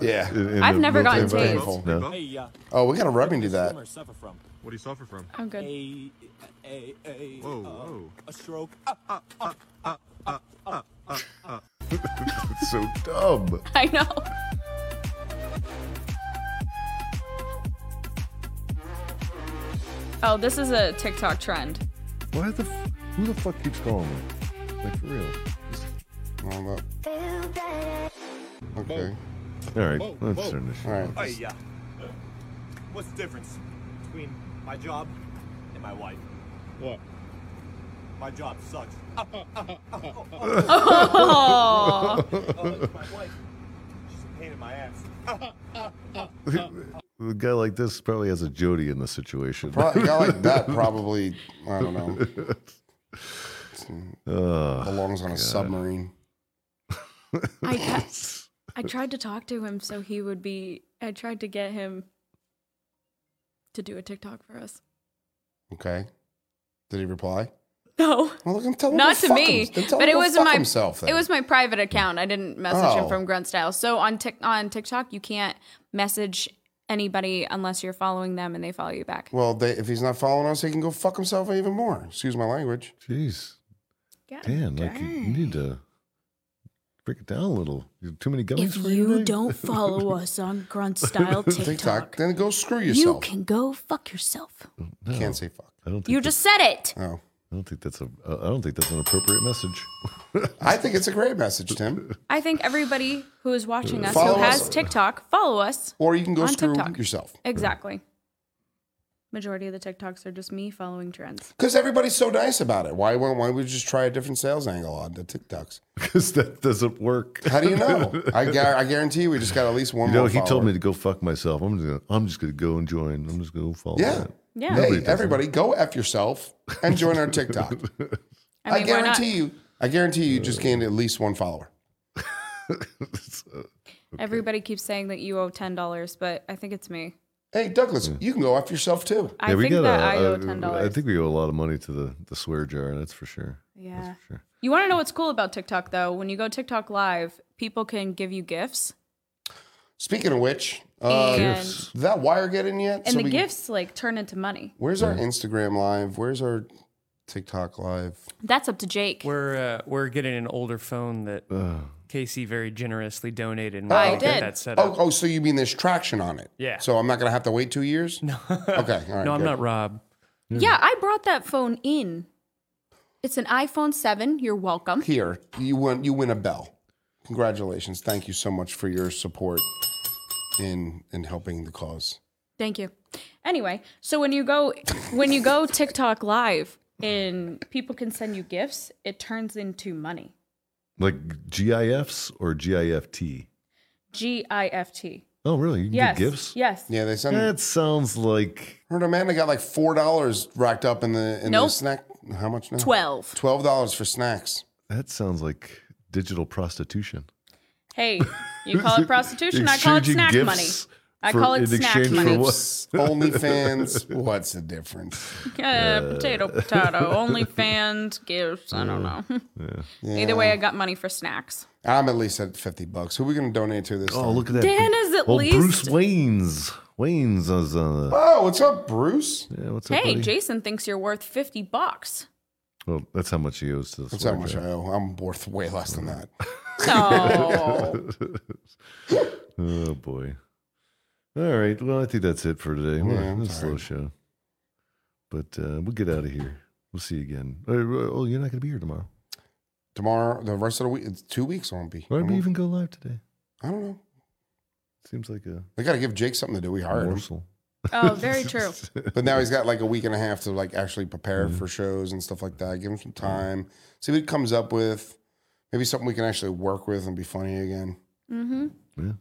Yeah.
In- in
I've
the
never
military
gotten tased.
environment? No.
Oh, we gotta rub me do that.
suffer from
What do you suffer from?
I'm good.
a a a
Whoa, whoa.
a stroke.
Oh,
It's so dumb.
(laughs) I know. Oh, this is a TikTok trend.
Why the f- who the fuck keeps calling me? Like for real.
Hold up. Okay.
All right, let's turn this.
All right.
Hey, yeah. What's the difference between my job and my wife? What? My job sucks.
Oh,
Oh, it's my wife. She's a pain in my ass.
A guy like this probably has a Jody in the situation.
Pro- a guy like that probably. I don't know. Belongs on a submarine.
I,
(laughs)
ca- I tried to talk to him so he would be. I tried to get him to do a TikTok for us. (laughs)
Okay. Did he reply?
No,
Well, look, I'm telling him
not
go
to
fuck
me.
him- then tell
but
him
it
go
was
fuck
my
Himself, then.
it was my private account. I didn't message
Oh.
him from Grunt Style. So on Tik on TikTok, you can't message anybody unless you're following them and they follow you back.
Well, they, if he's not following us, he can go fuck himself even more. Excuse my language.
Jeez,
God
Dan, like you, you need to break it down a little. You have too many gummies
If
for
you
today? (laughs)
(laughs) don't follow us on
(laughs)
Grunt Style
TikTok.
TikTok,
Then go screw
you
yourself.
can go fuck yourself.
No,
Can't say fuck.
I don't think
You
that-
just said it.
Oh.
I don't think that's a. I don't think that's an appropriate message. (laughs)
I think it's a great message, Tim.
I think everybody who is watching us
Uh, Follow
who
us.
has TikTok, follow us.
Or you can go
On
screw
TikTok.
yourself.
Exactly. Majority of the TikToks are just me following trends.
Because everybody's so nice about it. Why won't why would you just try a different sales angle on the TikToks?
Because that doesn't work.
How do you know? I,
(laughs)
gar- I guarantee you we just got at least one
You know,
more
he told
follower.
me to go fuck myself. I'm just gonna, I'm just gonna go and join. I'm just gonna go follow.
Yeah.
that.
Yeah.
Nobody
Hey,
does that.
everybody, go F yourself and join
(laughs)
our TikTok. I,
mean, why not?
guarantee you. I guarantee you just gained at least one follower.
(laughs)
Everybody keeps saying that you owe ten dollars, but I think it's me.
Hey, Douglas, you can go F yourself too.
I think
got
that
a-
I owe
a-
ten
I
dollars.
think we owe a lot of money to the the swear jar. That's for sure.
Yeah.
For sure.
You want to know what's cool about TikTok though? When you go TikTok live, people can give you gifts,
Speaking of which, uh,
and
Did that wire get in yet?
and
So
the
we-
gifts like turn into money.
Where's our Instagram live? Where's our TikTok live?
That's up to Jake.
We're uh, we're getting an older phone that
Uh,
Casey very generously donated, and we
I
can get
did.
that set
Oh,
(laughs) up.
oh, so you mean there's traction on it?
Yeah.
So I'm not gonna have to wait two years? No. Okay. All right.
no, I'm
good.
not Rob.
yeah, I brought that phone in. It's an iPhone 7. You're welcome.
Here, you win. You win a bell. Congratulations! Thank you so much for your support in in helping the cause.
Thank you. Anyway, so when you go when you go TikTok live and people can send you gifts, it turns into money.
Like GIFs or GIFT?
GIFT.
Oh, really? You can
Yes.
get gifts?
Yes.
Yeah, they sent.
That sounds like
Heard Amanda got like four dollars racked up in the in the
Nope.
snack. How much now?
12.
Twelve dollars for snacks.
that sounds like digital prostitution.
Hey,
(laughs)
you call it prostitution, I call it
Exchanging
snack money.
gifts
I
for-
call
in
it snack
exchange for
money.
what?
OnlyFans. What's the difference?
Uh, potato,
(laughs)
potato. OnlyFans, gifts. I don't know. (laughs) Either way, I got money for snacks.
I'm at least at fifty bucks. Who are we gonna donate to this?
(laughs) Oh,
time?
look at that.
Dan is at
oh, Bruce
least-
Wayne's. Wayne's is uh, on the.
Oh, what's up, Bruce?
Yeah, what's up,
Hey,
buddy?
Jason thinks you're worth
(laughs)
50 bucks.
Well, that's how much he owes to this.
That's how much
blackjack.
I owe. I'm worth way less than that.
No.
(laughs) oh boy. All right. Well, I think that's it for today. We're
Yeah, I'm
on a slow show, but uh, we'll get out of here. We'll see you again. Oh, oh, you're not going to be here tomorrow.
Tomorrow, the rest of the week, it's two weeks. I won't be.
Why
I
did we
won't-
even go live today?
I don't know.
Seems like a
They got to give Jake something to do. We hired him, (laughs)
morsel.
Oh, very true.
but now he's got like a week and a half to like actually prepare for shows and stuff like that. Give him some time. See what he comes up with. Maybe something we can actually work with and be funny again.
It's,
So, uh,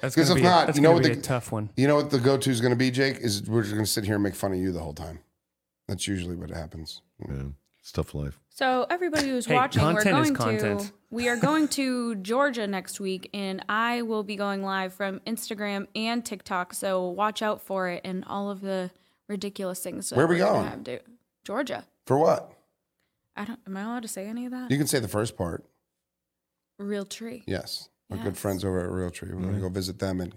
that's
because
gonna
if
be, a-
not,
that's
you know
gonna
what
be
they-
a tough one.
You know what the go to is going to be, Jake? Is we're just going to sit here and make fun of you the whole time. That's usually what happens.
Yeah, it's tough life.
So everybody who's
Hey,
watching, we're
content is
going to
content.
we are going to Georgia next week, and I will be going live from Instagram and TikTok. So watch out for it and all of the ridiculous things. that
Where are we
we're gonna
going?
have to- Georgia.
For what?
I don't. Am I allowed to say any of that?
You can say the first part.
Real tree.
Yes. Our good
Yes. Mm-hmm.
friends over at Realtree. We're going to go visit them. And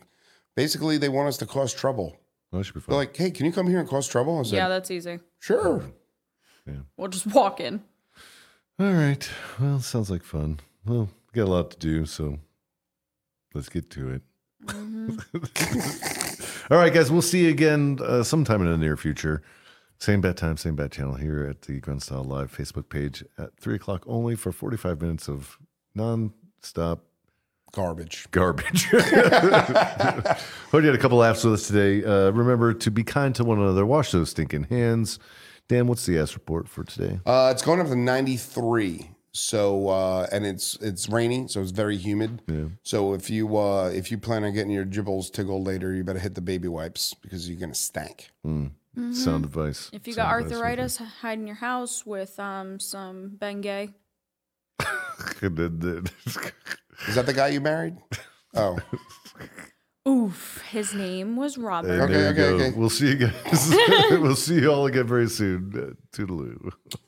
basically, they want us to cause trouble.
Well, that should be fun.
They're like, hey, can you come here and cause trouble? I said,
Yeah, that's easy.
sure.
We'll just walk in.
All right. Well, sounds like fun. Well, we got a lot to do, so let's get to it.
Mm-hmm.
(laughs)
(laughs)
All right, guys. We'll see you again uh, sometime in the near future. Same bat time, same bat channel here at the Grunt Style Live Facebook page at three o'clock only for 45 minutes of non-stop
Garbage.
garbage. Hope you had a couple laughs with us today. Uh, remember to be kind to one another. Wash those stinking hands. Dan, what's the ass report for today?
Uh, it's going up to 93. So uh, and it's it's rainy, so it's very humid. So if you uh, if you plan on getting your gibbles tickled later, you better hit the baby wipes because you're gonna stank.
Sound advice.
Mm-hmm. If you
Sound
got
advice right (laughs)
arthritis, hide in your house with um some Bengay.
(laughs) there.
Is that the guy you married? Oh,
Oof. His name was Robert.
And there you
okay,
go.
okay.
(laughs) We'll see you guys. we'll see you all again very soon. Uh, Toodaloo.